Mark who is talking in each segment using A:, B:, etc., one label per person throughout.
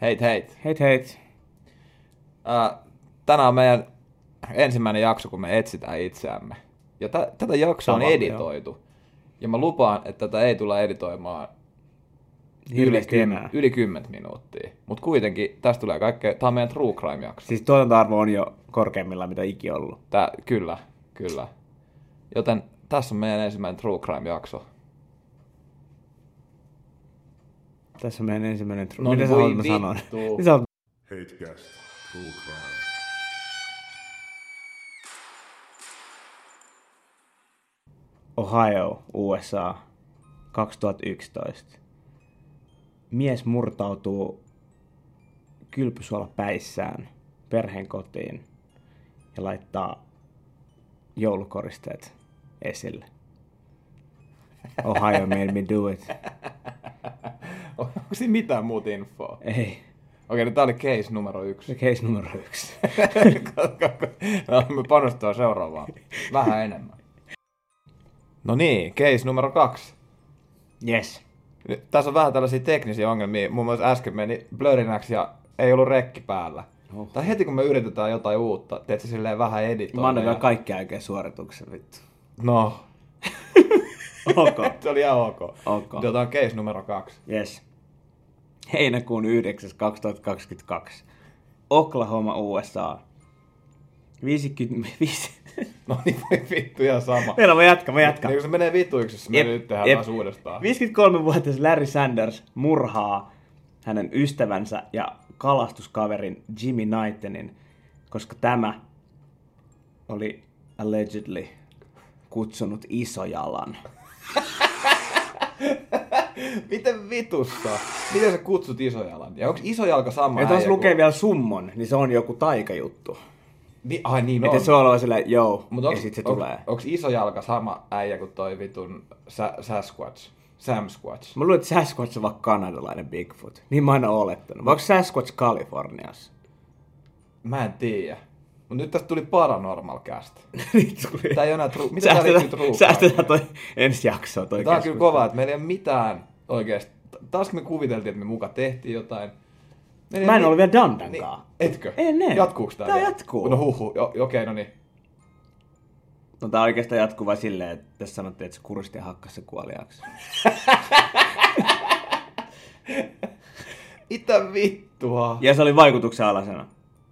A: Heit heit.
B: Heit heit.
A: Äh, tänään on meidän ensimmäinen jakso, kun me etsitään itseämme. Ja tä- tätä jaksoa on
B: Tavalla,
A: editoitu. Ja mä lupaan, että tätä ei tulla editoimaan yli,
B: Hirveästi
A: kym-
B: enää.
A: yli 10 minuuttia. Mutta kuitenkin tästä tulee kaikkea. Tämä on meidän True Crime-jakso.
B: Siis tuotantoarvo on jo korkeimmilla, mitä ikinä ollut.
A: Tää, kyllä, kyllä. Joten tässä on meidän ensimmäinen True Crime-jakso.
B: Tässä on meidän ensimmäinen tru.
A: No
B: No, mitä
A: niin,
B: sä
A: voi
B: haluat mä sanon?
A: vittu.
B: Mitä sä haluat?
C: Hatecast. True crime.
B: Ohio, USA, 2011. Mies murtautuu kylpysuola päissään perheen kotiin ja laittaa joulukoristeet esille. Ohio made me do it.
A: Onko siinä mitään muuta infoa?
B: Ei,
A: Okei, no tää oli case numero yksi.
B: se case numero yksi.
A: no, me panostetaan seuraavaan. Vähän enemmän. No niin, case numero kaksi.
B: Yes.
A: Nyt, tässä on vähän tällaisia teknisiä ongelmia. Muun muassa äsken meni blörinäksi ja ei ollut rekki päällä.
B: Oho.
A: Tai heti kun me yritetään jotain uutta, teet se silleen vähän editoida.
B: Mä annan vielä
A: ja-
B: kaikki oikein suorituksen, vittu.
A: No,
B: Ok.
A: se oli ihan ok.
B: Ok.
A: Otetaan case numero kaksi.
B: Yes. Heinäkuun 9. 2022. Oklahoma, USA. 50... viisi-
A: No niin, voi vittu ihan sama.
B: Meillä on, mä jatkan, mä jatkan.
A: Niin kun se menee vituiksi, jos me
B: Jep,
A: nyt tehdään
B: jep.
A: taas uudestaan.
B: 53-vuotias Larry Sanders murhaa hänen ystävänsä ja kalastuskaverin Jimmy Knightenin, koska tämä oli allegedly kutsunut isojalan.
A: Miten vitussa? Miten sä kutsut isojalan? Ja onko isojalka sama
B: Ja taas
A: äijä
B: lukee vielä summon, niin se on joku taikajuttu.
A: kuin- Ni- ai niin
B: Miten
A: on.
B: se on ollut silleen, joo,
A: Mut
B: ja
A: onks,
B: sit se
A: onks,
B: tulee.
A: Onks isojalka sama äijä kuin toi vitun sa- Sasquatch? Samsquatch?
B: Mä luulen, että Sasquatch on vaikka kanadalainen Bigfoot. Niin mä aina oon olettanut. Vai onko Sasquatch Kaliforniassa?
A: Mä en tiedä. Mut nyt tästä tuli paranormal cast.
B: niin tuli.
A: Tää ei oo enää true. Mitä tää liittyy true
B: Säästetään, säästetään toi ensi jaksoa toi
A: Tää on kyllä
B: keskustelu.
A: kovaa, että meillä ei ole mitään oikeesti. Taas me kuviteltiin, että me muka tehtiin jotain. Meillä ei
B: Mä en
A: mi- Niin,
B: ole vielä Dandankaan.
A: Etkö?
B: En en.
A: Jatkuuks tää?
B: Tää
A: vielä?
B: jatkuu.
A: No huhu, jo- okei, no niin.
B: No tää oikeastaan jatkuu vaan silleen, että tässä sanottiin, että se kuristi ja hakkas se kuoliaaksi.
A: Mitä vittua?
B: Ja se oli vaikutuksen alasena.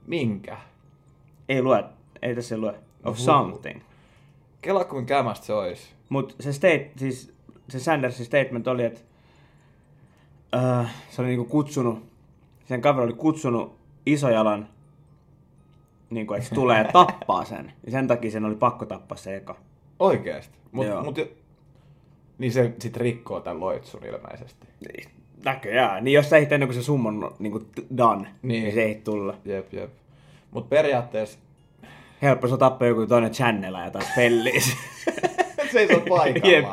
A: Minkä?
B: Ei lue, ei tässä ei lue. Of
A: Uhuhu.
B: something.
A: Kela kuin kämästä se olisi.
B: Mut se, state, siis, se Sandersin statement oli, että äh, se oli niinku kutsunut, sen kaveri oli kutsunut isojalan, niinku, että se tulee ja tappaa sen. Ja sen takia sen oli pakko tappaa se eka.
A: Oikeesti. Mut,
B: Joo.
A: mut, niin se sit rikkoo tän loitsun ilmeisesti.
B: Näköjään. Niin jos sä ehdit ennen kuin se summon on niinku t- done,
A: Niin.
B: niin, niin se ei tulla.
A: Jep, jep. Mut periaatteessa
B: Helppo se on tappaa joku toinen channela ja taas pelliis.
A: seisoo paikallaan.
B: Jep.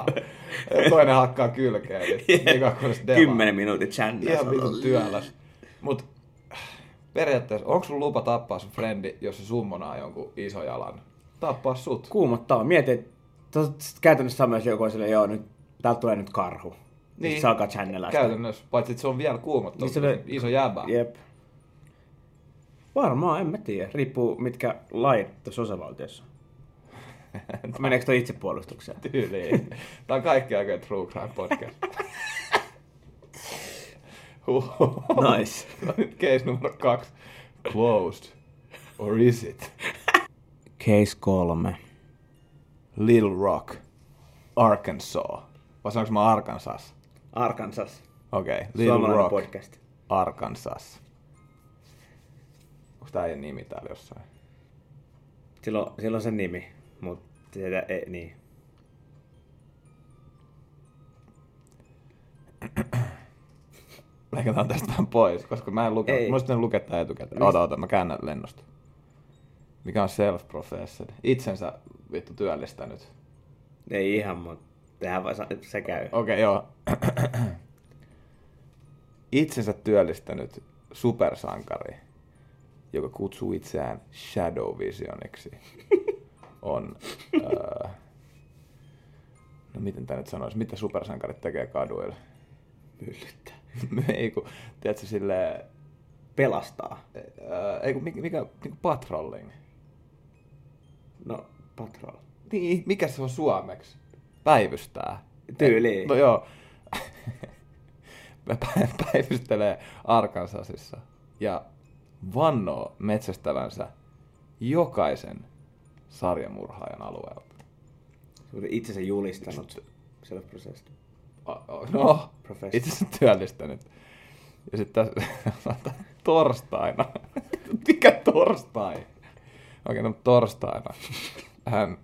A: Ja toinen hakkaa kylkeen. niin Jep.
B: Kymmenen minuutin channela.
A: Ihan vitun työläs. Mut periaatteessa, onko sun lupa tappaa sun frendi, jos se summonaa jonkun isojalan? Tappaa sut.
B: kuumottaa. Mietin, että tos- käytännössä sama, jos joku on silleen, joo, nyt, täältä tulee nyt karhu. Niin. Sitten se alkaa channelaa sitä.
A: Käytännössä, paitsi että se on vielä kuumottu.
B: Niin se oli-
A: Iso jäbä.
B: Jep. Varmaan, en mä tiedä. Riippuu mitkä lait tuossa osavaltiossa. on. Meneekö toi itsepuolustukseen?
A: Tyyliin. Tämä on kaikki aikojen True Crime podcast. Huhhuh.
B: Nice.
A: Nyt case numero kaksi. Closed. Or is it?
B: Case kolme.
A: Little Rock. Arkansas. Vai sanoinko mä Arkansas?
B: Arkansas.
A: Okei. Okay. Little
B: Suomalainen
A: Rock.
B: podcast.
A: Arkansas. Onko tää ei nimi täällä jossain?
B: Silloin, silloin sen nimi, mutta sitä ei, niin.
A: Leikataan tästä vähän pois, koska mä en luke.
B: Ei.
A: Mä sitten lukea tää etukäteen. Ota, ota, mä käännän lennosta. Mikä on self-professed? Itsensä vittu työllistänyt.
B: Ei ihan, mutta tehdään vaan, sa- se käy.
A: Okei, okay, joo. Itsensä työllistänyt supersankari, joka kutsuu itseään Shadow Visioniksi, on... öö, no miten tämä nyt sanoisi? Mitä supersankarit tekee kaduilla? Myllyttää. Ei kun, tiedätkö, silleen
B: pelastaa.
A: Öö, ei kun mikä, mikä niin patrolling.
B: No, patrol.
A: Niin, mikä se on suomeksi? Päivystää.
B: Tyyliin.
A: No joo. Mä pä- Päivystelee Arkansasissa ja vannoo metsästävänsä jokaisen sarjamurhaajan alueelta.
B: Se oli itsensä julistanut self-processed.
A: O- o- No,
B: Professori.
A: itse asiassa työllistänyt. Ja sitten tässä torstaina. Mikä torstai? Okei, no torstaina. Hän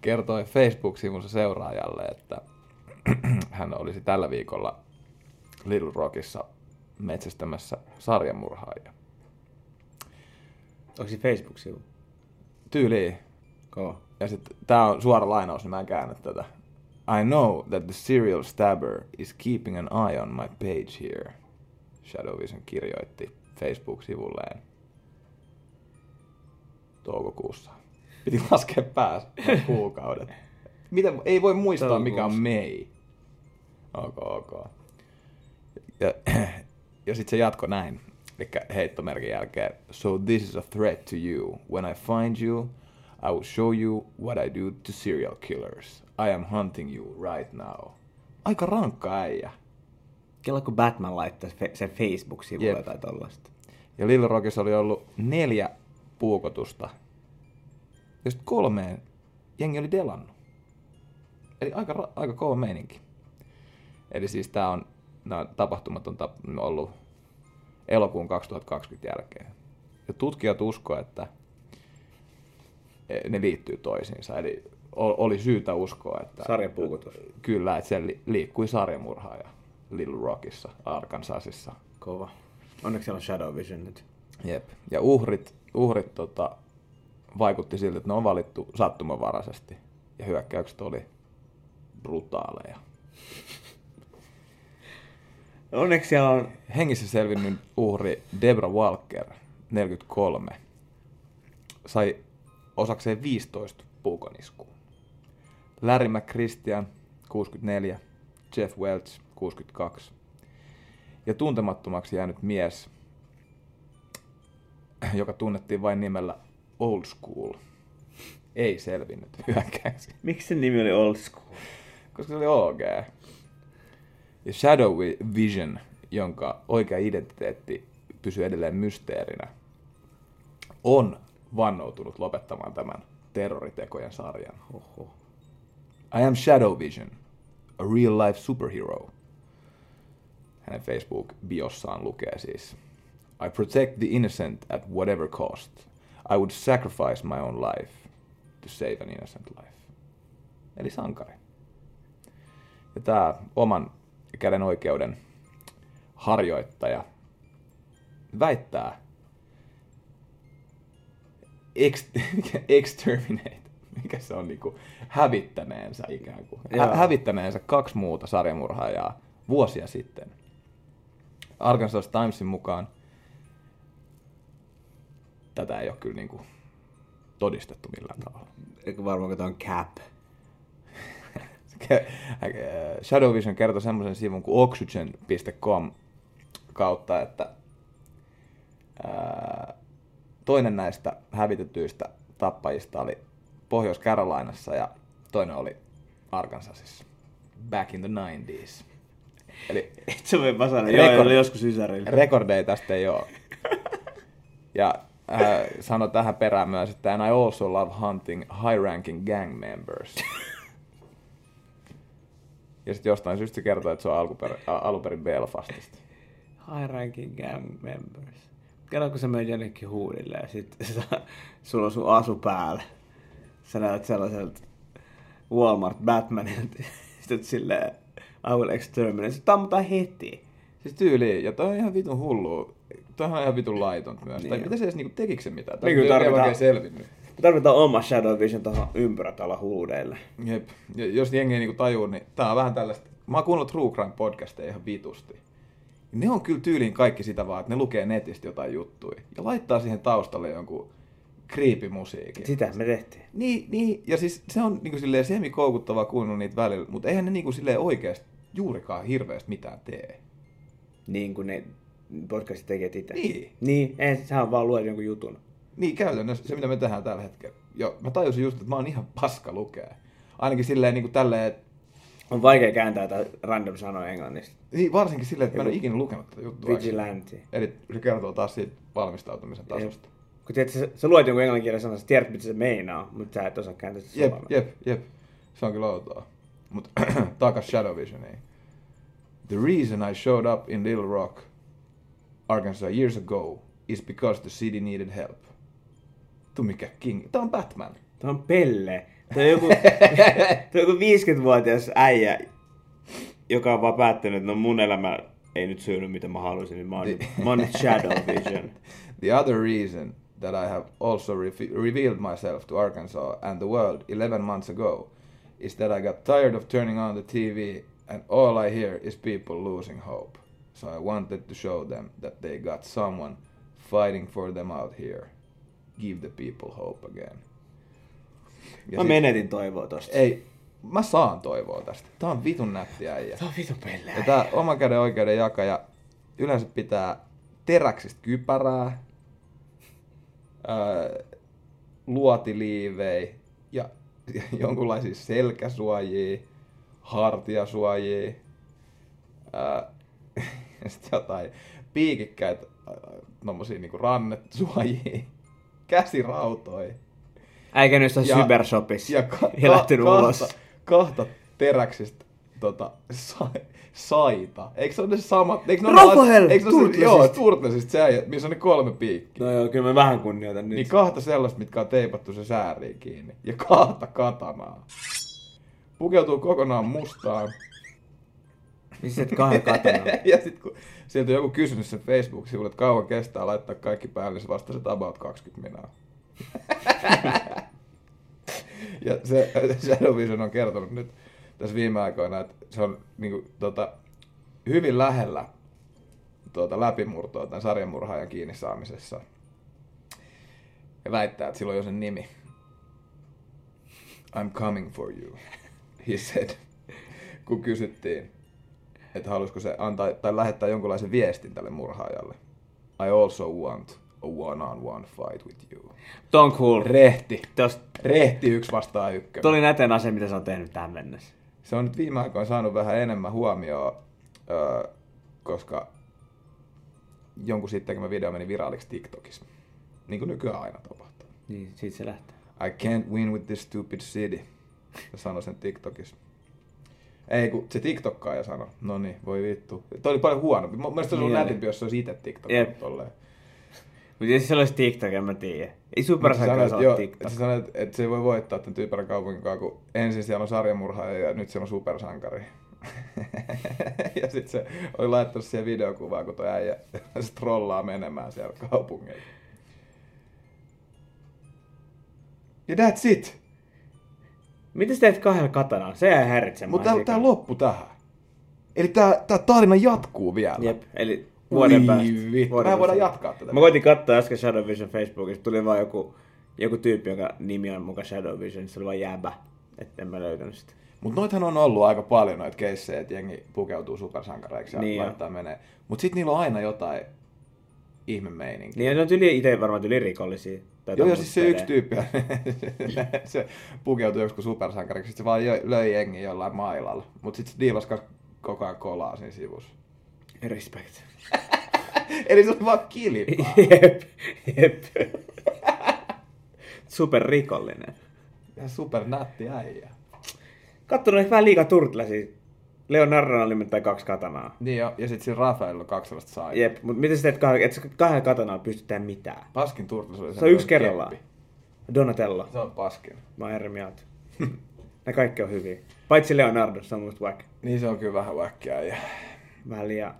A: kertoi Facebook-sivunsa seuraajalle, että hän olisi tällä viikolla Little Rockissa metsästämässä sarjamurhaajia.
B: Onko se Facebook-sivu?
A: Tyyliin
B: Kova.
A: Ja sitten tää on suora lainaus, niin mä en käännä tätä. I know that the serial stabber is keeping an eye on my page here. Shadow Vision kirjoitti Facebook-sivulleen toukokuussa. Piti laskea päässä noin kuukaudet. Mitä, ei voi muistaa, mikä on May. Ok, ok. Ja, ja sitten se jatko näin, eli heittomerkin jälkeen. So this is a threat to you. When I find you, I will show you what I do to serial killers. I am hunting you right now. Aika rankka äijä.
B: Kela kun Batman laittaa se fe- sen Facebook-sivulle
A: Jep.
B: tai tollaista.
A: Ja Little Rockissa oli ollut neljä puukotusta. Just kolmeen jengi oli delannut. Eli aika, ra- aika kova meininki. Eli siis tää on, nämä tapahtumat on tap- ollut elokuun 2020 jälkeen. Ja tutkijat uskoo, että ne liittyy toisiinsa. Eli o- oli syytä uskoa, että
B: Sarjapuukotus.
A: kyllä, että se li- liikkui sarjamurhaaja Little Rockissa, Arkansasissa.
B: Kova. Onneksi siellä on Shadow Vision nyt.
A: Jep. Ja uhrit, uhrit tota, vaikutti siltä, että ne on valittu sattumanvaraisesti. Ja hyökkäykset oli brutaaleja.
B: Onneksi siellä on...
A: Hengissä selvinnyt uhri Debra Walker, 43, sai osakseen 15 puukoniskua. Larry McChristian, 64, Jeff Welch, 62. Ja tuntemattomaksi jäänyt mies, joka tunnettiin vain nimellä Old School, ei selvinnyt hyökkäyksiä
B: Miksi sen nimi oli Old School?
A: koska se oli OG. Ja Shadow Vi- Vision, jonka oikea identiteetti pysyy edelleen mysteerinä, on vannoutunut lopettamaan tämän terroritekojen sarjan.
B: Oho.
A: I am Shadow Vision, a real life superhero. Hänen Facebook-biossaan lukee siis. I protect the innocent at whatever cost. I would sacrifice my own life to save an innocent life. Eli sankari. Ja tämä oman käden oikeuden harjoittaja väittää ex, mikä- exterminate, mikä se on niinku, hävittäneensä ikään kuin. Hä,
B: Joo.
A: hävittäneensä kaksi muuta sarjamurhaajaa vuosia sitten. Arkansas Timesin mukaan tätä ei ole kyllä niinku todistettu millään tavalla.
B: Eikö varmaan, kun tää on Cap?
A: Ke- äh, Shadow Vision kertoi semmoisen sivun kuin oxygen.com kautta, että ää, toinen näistä hävitetyistä tappajista oli Pohjois-Carolinassa ja toinen oli Arkansasissa. Back in the 90s. Eli
B: Et sä voi vaan sanoa,
A: Rekord-
B: joo, ei ole joskus Ysärillä.
A: rekordeja tästä ei ole. Ja äh, sano tähän perään myös, että and I also love hunting high-ranking gang members. ja sitten jostain syystä se kertoo, että se on alkuper, a- alunperin Belfastista.
B: High ranking gang members. Kerran kun sä menet jonnekin huudille ja sit sä, sulla on sun asu päällä. Sä näytät sellaiselta Walmart Batmanilta. Sitten oot silleen, I will exterminate. Sitten ammutaan heti.
A: Siis tyyli, ja toi on ihan vitun hullu. Toihan on ihan vitun laitonta myös. Niin. Tai
B: Niin.
A: mitä se edes niinku tekikö se mitään?
B: Niin, kyllä
A: Toi ei ole
B: tarvitaan-
A: oikein selvinnyt.
B: Me tarvitaan oma Shadow Vision tuohon ympyrätalo huudeille.
A: Jep. Ja jos jengi ei niinku tajuu, niin tää on vähän tällaista... Mä oon kuunnellut True Crime podcasteja ihan vitusti. Ne on kyllä tyyliin kaikki sitä vaan, että ne lukee netistä jotain juttuja. Ja laittaa siihen taustalle jonkun kriipimusiikin.
B: Sitä me tehtiin.
A: Niin, niin, ja siis se on niinku silleen semikoukuttavaa kuunnella niitä välillä, mutta eihän ne niinku silleen oikeasti juurikaan hirveästi mitään tee.
B: Niin kuin ne podcastit tekijät itse.
A: Niin.
B: Niin, ei, sä vaan luet jonkun jutun.
A: Niin käytännössä se, mitä me tehdään tällä hetkellä. Ja mä tajusin just, että mä oon ihan paska lukea. Ainakin silleen niin kuin tälleen, että
B: On vaikea kääntää tätä random sanoa englannista.
A: niin varsinkin silleen, että mä en ole ikinä lukenut tätä juttua.
B: Vigilante.
A: Eli se kertoo taas siitä valmistautumisen tasosta.
B: Kun tiedät, sä, sä luet jonkun englanninkielisen sanan, sä tiedät, mitä se meinaa, mutta sä et osaa kääntää sitä
A: Jep,
B: suomalaista.
A: jep, jep. Se on kyllä outoa. Mutta takas Shadow Visioniin. The reason I showed up in Little Rock, Arkansas years ago is because the city needed help. Tu mikä king? Tää on Batman.
B: Tämä on Pelle. Tämä on joku, tämä on joku 50-vuotias äijä, joka on vaan päättänyt, että no mun elämä ei nyt syynyt mitä mä halusin, niin mä oon, nyt- mä oon nyt Shadow Vision.
A: The other reason that I have also refe- revealed myself to Arkansas and the world 11 months ago is that I got tired of turning on the TV and all I hear is people losing hope. So I wanted to show them that they got someone fighting for them out here. Give the people hope again. Ja
B: Mä
A: sit-
B: menetin toivoa tosta.
A: Ei, mä saan toivoa tästä. Tää on vitun nätti äijä.
B: Tämä on vitun Pelle.
A: Ja tää oman käden oikeuden jakaja yleensä pitää teräksistä kypärää, ää, luotiliivejä ja jonkunlaisia selkäsuojia, hartiasuojia, ää, ja sit jotain piikikkäitä ää, tommosia niinku rannesuojia, käsirautoja
B: Äikä nyt on
A: Ja-
B: Cybershopissa ja,
A: ja ka-
B: ja lähtenyt
A: ka-
B: ulos.
A: Kahta, kahta teräksistä tota, sa- saita. Eikö se ole ne samat? Eikö ne ole
B: Rafael
A: ne- eikö ne ole se-
B: Turtlesista.
A: Joo, turtlesista se äijä, missä on ne kolme piikkiä.
B: No joo, kyllä mä vähän kunnioitan nyt.
A: Niin kahta sellaista, mitkä on teipattu se sääriin kiinni. Ja kahta katanaa. Pukeutuu kokonaan mustaan.
B: Missä et kahden katana?
A: ja sit kun sieltä on joku kysynyt sen Facebook-sivulle, että kauan kestää laittaa kaikki päälle, niin se vastasi, että about 20 minaa. ja se Shadow Vision on kertonut nyt tässä viime aikoina, että se on niin kuin, tota, hyvin lähellä tuota, läpimurtoa tämän sarjamurhaajan kiinni saamisessa. Ja väittää, että sillä on jo sen nimi. I'm coming for you, he said, kun kysyttiin, että haluaisiko se antaa tai lähettää jonkunlaisen viestin tälle murhaajalle. I also want a one-on-one fight with you.
B: Toi on cool.
A: Rehti.
B: Tosta,
A: Rehti yksi vastaa ykkönen.
B: toi oli näten ase, mitä sä oot tehnyt tähän mennessä.
A: Se on nyt viime aikoina saanut vähän enemmän huomioon, öö, koska jonkun sitten tekemä video meni viralliksi TikTokissa. Niin kuin nykyään aina tapahtuu.
B: Niin, siitä se lähtee.
A: I can't win with this stupid city. Se sanoi sen TikTokissa. Ei, kun se TikTokkaaja sanoi. No niin, voi vittu. Toi oli paljon huonompi. Mun mielestä se olisi ollut
B: Niin.
A: nätimpi, jos se olisi itse TikTok.
B: Jep. Mutta jos se olisi TikTok, en mä tiedä. Ei super
A: Sä sanoit,
B: saa
A: joo, siis-
B: TikTok.
A: sä sanoit, että se ei voi voittaa tämän tyypärän kaupunkinkaan, kun ensin siellä on sarjamurhaaja ja nyt siellä on supersankari. ja sitten se oli laittanut siihen videokuvaa, kun toi äijä se trollaa menemään siellä kaupungilla. Ja that's it.
B: Mitä sä teet kahdella katanalla? Se jäi häiritsemään.
A: Mutta
B: sikaa.
A: tämä loppu tähän. Eli tämä tarina jatkuu vielä.
B: Jep, eli vuoden
A: Ui
B: päästä.
A: vittu.
B: Vuoden
A: Mä voidaan
B: päästä.
A: jatkaa tätä.
B: Mä koitin katsoa äsken Shadow Vision Facebookissa, tuli vaan joku, joku tyyppi, jonka nimi on muka Shadow Vision, niin se oli vaan jäbä. Että en mä löytänyt sitä.
A: Mutta noithan on ollut aika paljon noita keissejä, että jengi pukeutuu supersankareiksi ja
B: Niin
A: niin
B: on.
A: laittaa menee. Mutta sitten niillä on aina jotain ihme meininki.
B: Niin ja ne on tyli itse varmaan tyli rikollisia. Tai
A: Joo, ja
B: tommosia
A: siis se
B: pelejä.
A: yksi tyyppi, se pukeutui joskus supersankariksi, sit se vaan jö- löi jengi jollain mailalla. Mutta sitten se diilas kas- koko ajan kolaa siinä sivussa.
B: Respect.
A: Eli se oli vaan kilpaa.
B: jep, jep. Superrikollinen.
A: Ihan supernätti äijä.
B: Kattonut ehkä vähän liikaa turtlesia. Leonardo oli nimittäin kaksi katanaa.
A: Niin jo, ja sitten siinä Rafaelilla on kaksi sellaista saajaa.
B: Jep, mutta miten sä teet kahdella, et sä kahdella katanalla pysty tehdä mitään?
A: Paskin turtles oli
B: Se on yksi
A: keppi.
B: kerrallaan. Donatello.
A: Se on paskin.
B: Mä oon eri mieltä. ne kaikki on hyviä. Paitsi Leonardo, se on musta whack.
A: Niin se on kyllä vähän väkkiä ja
B: Vähän liian...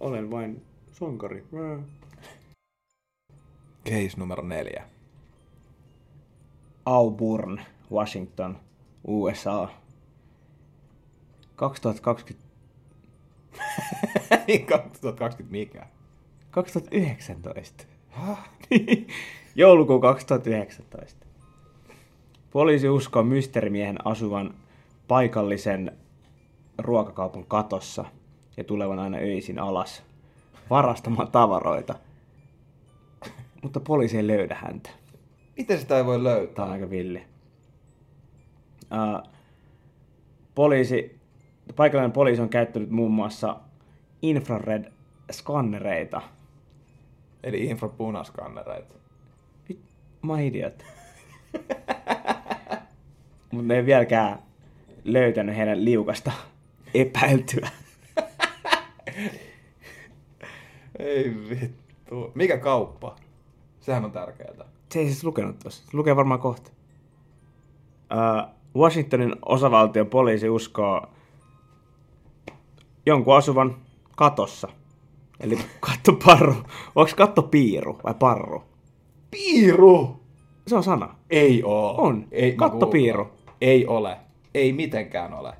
B: Olen vain sonkari. Mä-
A: Case numero neljä.
B: Auburn, Washington, USA. 2020...
A: 2020 Niin, mikä?
B: 2019. Joulukuu 2019. Poliisi uskoo mysteerimiehen asuvan paikallisen ruokakaupan katossa ja tulevan aina öisin alas. varastamaan tavaroita. Mutta poliisi ei löydä häntä.
A: Miten sitä ei voi löytää?
B: Tämä on aika villi. Uh, poliisi, paikallinen poliisi on käyttänyt muun muassa infrared-skannereita.
A: Eli infrapunaskannereita.
B: Vit- My idiot. Mutta ne ei vieläkään löytänyt heidän liukasta epäiltyä.
A: Ei vittu. Mikä kauppa? Sehän on tärkeää.
B: Se ei siis lukenut tuossa. Se Lukee varmaan kohta. Uh, Washingtonin osavaltion poliisi uskoo jonkun asuvan katossa. Eli kattoparru. Onko kattopiiru vai parru?
A: Piiru!
B: Se on sana.
A: Ei oo.
B: On.
A: Ei, mä
B: Kattopiiru.
A: googlaan. Ei ole. Ei mitenkään ole.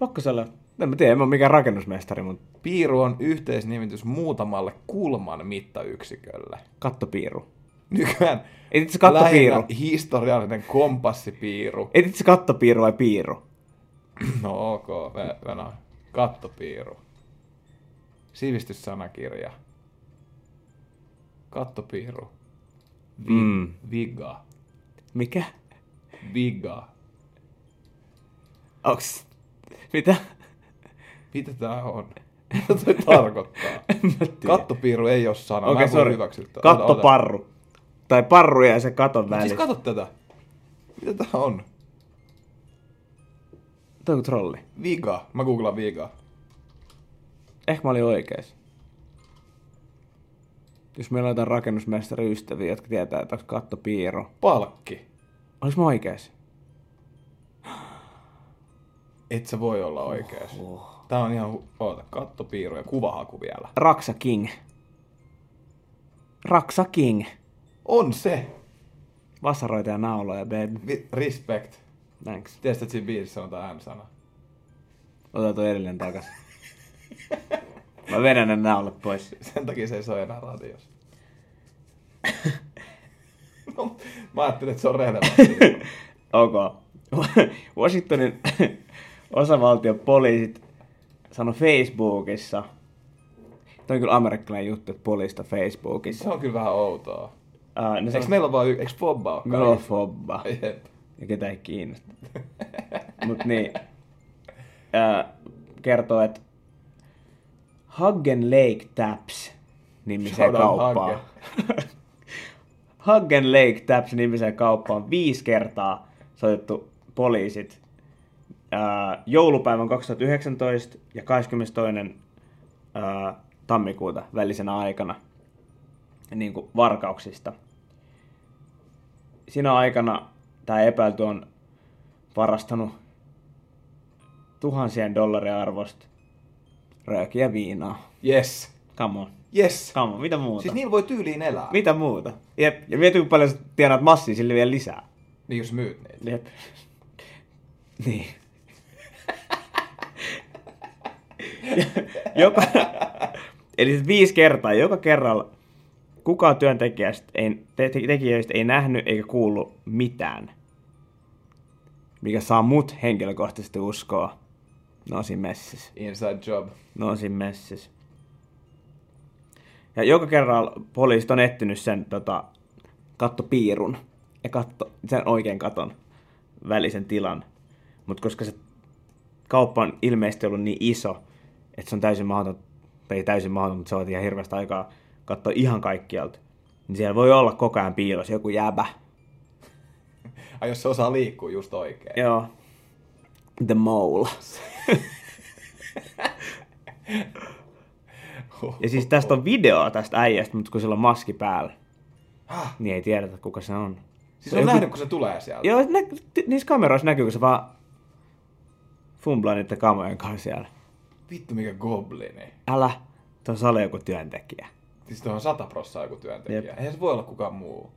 B: Pakkosella. En mä tiedä, en mä ole mikään rakennusmestari, mutta
A: Piiru on yhteisnimitys muutamalle kulman mittayksikölle.
B: kattopiiru.
A: Nykyään
B: Ei itse kattopiiru.
A: lähinnä historiallinen kompassipiiru.
B: Ei itse kattopiiru vai piiru?
A: No ok, ve- Venä. Kattopiiru. Sivistyssanakirja. Kattopiiru. Vi-
B: Mm.
A: Viga.
B: Mikä?
A: Viga.
B: Onks... Mitä?
A: Mitä tää on? Mitä toi tarkoittaa?
B: En mä tiedä.
A: Kattopiiru ei ole sana.
B: Okei,
A: Mä en voi
B: sori.
A: hyväksyä tätä. Ota, ota.
B: Kattoparru. Tai parru ja se katon
A: Mut
B: välissä.
A: Siis kato tätä. Mitä tää on?
B: Toi on kuin trolli.
A: Viga. Mä googlaan viga.
B: Ehkä mä olin oikees. Jos meillä on jotain rakennusmestariystäviä, jotka tietää, että onko kattopiiru.
A: Palkki.
B: Olis mä oikees?
A: Et sä voi olla oikeas. Tää on ihan... hu- Oota, kattopiiru ja kuvahaku vielä.
B: Raksa King. Raksa King.
A: On se!
B: Vasaroita ja nauloja, baby.
A: Vi- respect.
B: Thanks.
A: Tiedätkö, että siinä biisissä sanotaan M-sana?
B: Ota toi edellinen takas. Mä vedän ne naulat pois.
A: Sen takia se ei soi enää radiossa. no, mä ajattelin, että se on relevantti.
B: Ok. Washingtonin osavaltion poliisit sano Facebookissa. Tämä on kyllä amerikkalainen juttu, että poliista Facebookissa.
A: se on kyllä vähän outoa.
B: Uh, ne
A: Eikö
B: sanoo,
A: meillä ole vaan y- Eikö Fobba ole
B: no fobba.
A: kaikki? Jep.
B: Ja ketä ei kiinnosta. Mut niin. Uh, kertoo, että Huggen Lake Taps nimiseen
A: Shout out
B: kauppaan. Huggen Lake Taps nimiseen kauppaan viisi kertaa soitettu poliisit. Ää, joulupäivän 2019 ja 22. Ää, tammikuuta välisenä aikana niin kuin varkauksista. Sinä aikana tämä epäilty on varastanut tuhansien dollaria arvosta röökiä viinaa.
A: Yes.
B: Come on.
A: Yes.
B: Come on. Mitä muuta?
A: Siis niillä voi tyyliin elää.
B: Mitä muuta? Jep. Ja mieti, kun paljon sä tienaat massia sille vielä lisää.
A: Niin jos myyt niitä.
B: Jep. Niin. joka, eli siis viisi kertaa, joka kerralla kukaan työntekijästä ei, te, te, tekijöistä ei nähnyt eikä kuullut mitään, mikä saa mut henkilökohtaisesti uskoa. No siinä messissä.
A: Inside job.
B: No siinä messissä. Ja joka kerralla poliisit on etsinyt sen tota, kattopiirun ja katto, sen oikean katon välisen tilan. Mutta koska se kauppa on ilmeisesti ollut niin iso, että se on täysin mahdoton, tai ei täysin mahdoton, mutta se on ihan hirveästä aikaa katsoa ihan kaikkialta, niin siellä voi olla koko ajan piilossa joku jäbä.
A: Ai jos se osaa liikkua just oikein.
B: Joo. The mole. Ja siis tästä on videoa tästä äijästä, mutta kun sillä on maski päällä,
A: Häh?
B: niin ei tiedetä kuka se on.
A: Ah, Siis on
B: Joku-
A: nähnyt, kun se tulee sieltä.
B: Joo, nä- ti- niissä kameroissa näkyy, kun se vaan fumblaa niiden kamojen kanssa siellä.
A: Vittu mikä goblini.
B: Älä, tuossa oli joku työntekijä.
A: Siis tuohon sata prossaa joku työntekijä.
B: Jep.
A: Eihän se voi olla kukaan muu.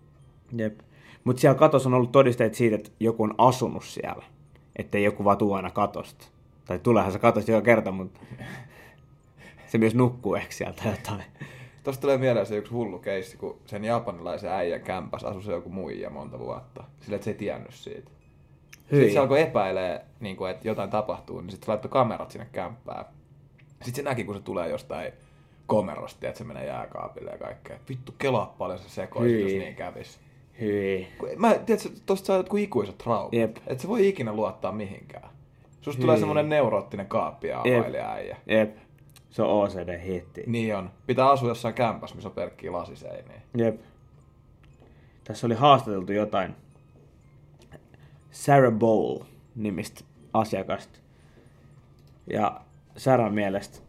B: Jep. Mutta siellä katossa on ollut todisteet siitä, että joku on asunut siellä. Ettei joku vaan tuu aina katosta. Tai tuleehan se katosta joka kerta, mutta se myös nukkuu ehkä sieltä jotain.
A: Tuosta tulee mieleen se yksi hullu keissi, kun sen japanilaisen äijän kämpäs asui se joku muija monta vuotta. Sillä että se ei tiennyt siitä. Sitten
B: Hyi.
A: se alkoi epäilee, niin kuin, että jotain tapahtuu, niin sitten se laittoi kamerat sinne kämppään. Sitten se näki, kun se tulee jostain komerosta, tiedät, se menee jääkaapille ja kaikkea. Vittu, kelaa paljon se sekoisi, jos
B: Hyi.
A: niin kävisi.
B: Hyi.
A: Kun- Mä, tiedätkö, tosta saa jotkut ikuiset traumat.
B: Jep.
A: Et sä voi ikinä luottaa mihinkään. Susta tulee semmonen neuroottinen kaappi ja
B: Jep.
A: äijä.
B: Jep. Se on OCD-hitti.
A: Niin on. Pitää asua jossain kämpässä, missä on pelkkiä lasiseiniä.
B: Jep. Tässä oli haastateltu jotain Sarah Bowl nimistä asiakasta. Ja Sarah mielestä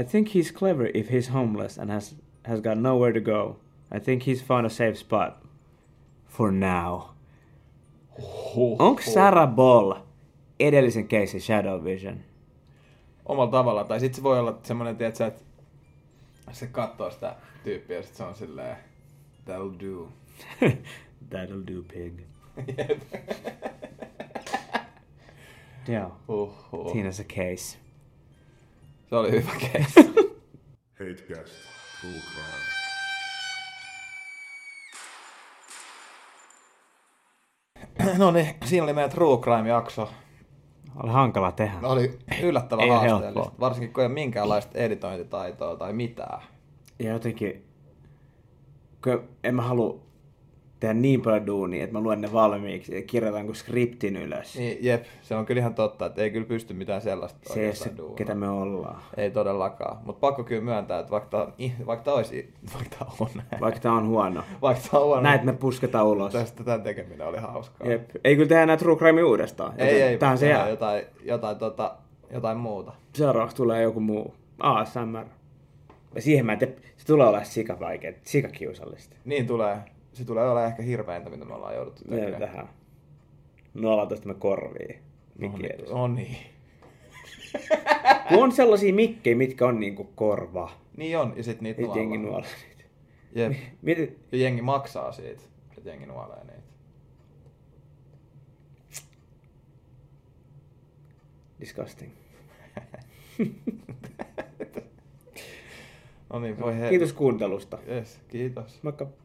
B: I think he's clever if he's homeless and has, has got nowhere to go. I think he's found a safe spot. For now. Onko Sarah Ball edellisen keissin Shadow Vision?
A: Omalla tavalla. Tai sit se voi olla semmonen, tiedätkö, että se katsoo sitä tyyppiä ja sit se on silleen, that'll do.
B: That'll do, pig. Joo,
A: Oho.
B: siinä se case.
A: Se oli hyvä case.
C: Hatecast True Crime.
A: no niin, siinä oli meidän True Crime-jakso.
B: Oli hankala tehdä.
A: Oli yllättävän
B: Ei
A: haasteellista,
B: helppoa.
A: varsinkin kun ei ole minkäänlaista editointitaitoa tai mitään.
B: Ja jotenkin, kun en mä halua tehdä niin paljon duunia, että mä luen ne valmiiksi ja kirjoitan kuin skriptin ylös.
A: Niin, jep, se on kyllä ihan totta, että ei kyllä pysty mitään sellaista
B: se ei ole se,
A: duunaa.
B: ketä me ollaan.
A: Ei todellakaan, mutta pakko kyllä myöntää, että vaikka tää, on ih- vaikka tää olisi, vaikka tää on,
B: Vaikka tää on huono.
A: vaikka tää on,
B: Näet me pusketaan ulos.
A: tästä tämän tekeminen oli hauskaa.
B: Jep. Ei kyllä tehdä näitä True Crime uudestaan.
A: Ei, ei,
B: Tähän se
A: tehdään
B: jää.
A: jotain, jotain, tota, jotain muuta.
B: Seuraavaksi tulee joku muu. ASMR. Ja siihen mä en tiedä, se tulee olemaan sikavaikea, sikakiusallista.
A: Niin tulee, se tulee olla ehkä hirveintä, mitä me ollaan jouduttu
B: Meillä
A: tekemään.
B: tähän. No, Nolatoista me korviin. Mikki edessä.
A: No niin.
B: Kun on sellaisia mikkejä, mitkä on niinku korva.
A: Niin on, ja sit niitä
B: Nyt jengi
A: nuollaan.
B: nuolee niitä.
A: Jep.
B: Mietit,
A: Ja jengi maksaa siitä, että jengi nuolee niitä.
B: disgusting.
A: No niin, voi hei. No
B: Kiitos kuuntelusta.
A: niin, Yes, kiitos.
B: Moikka.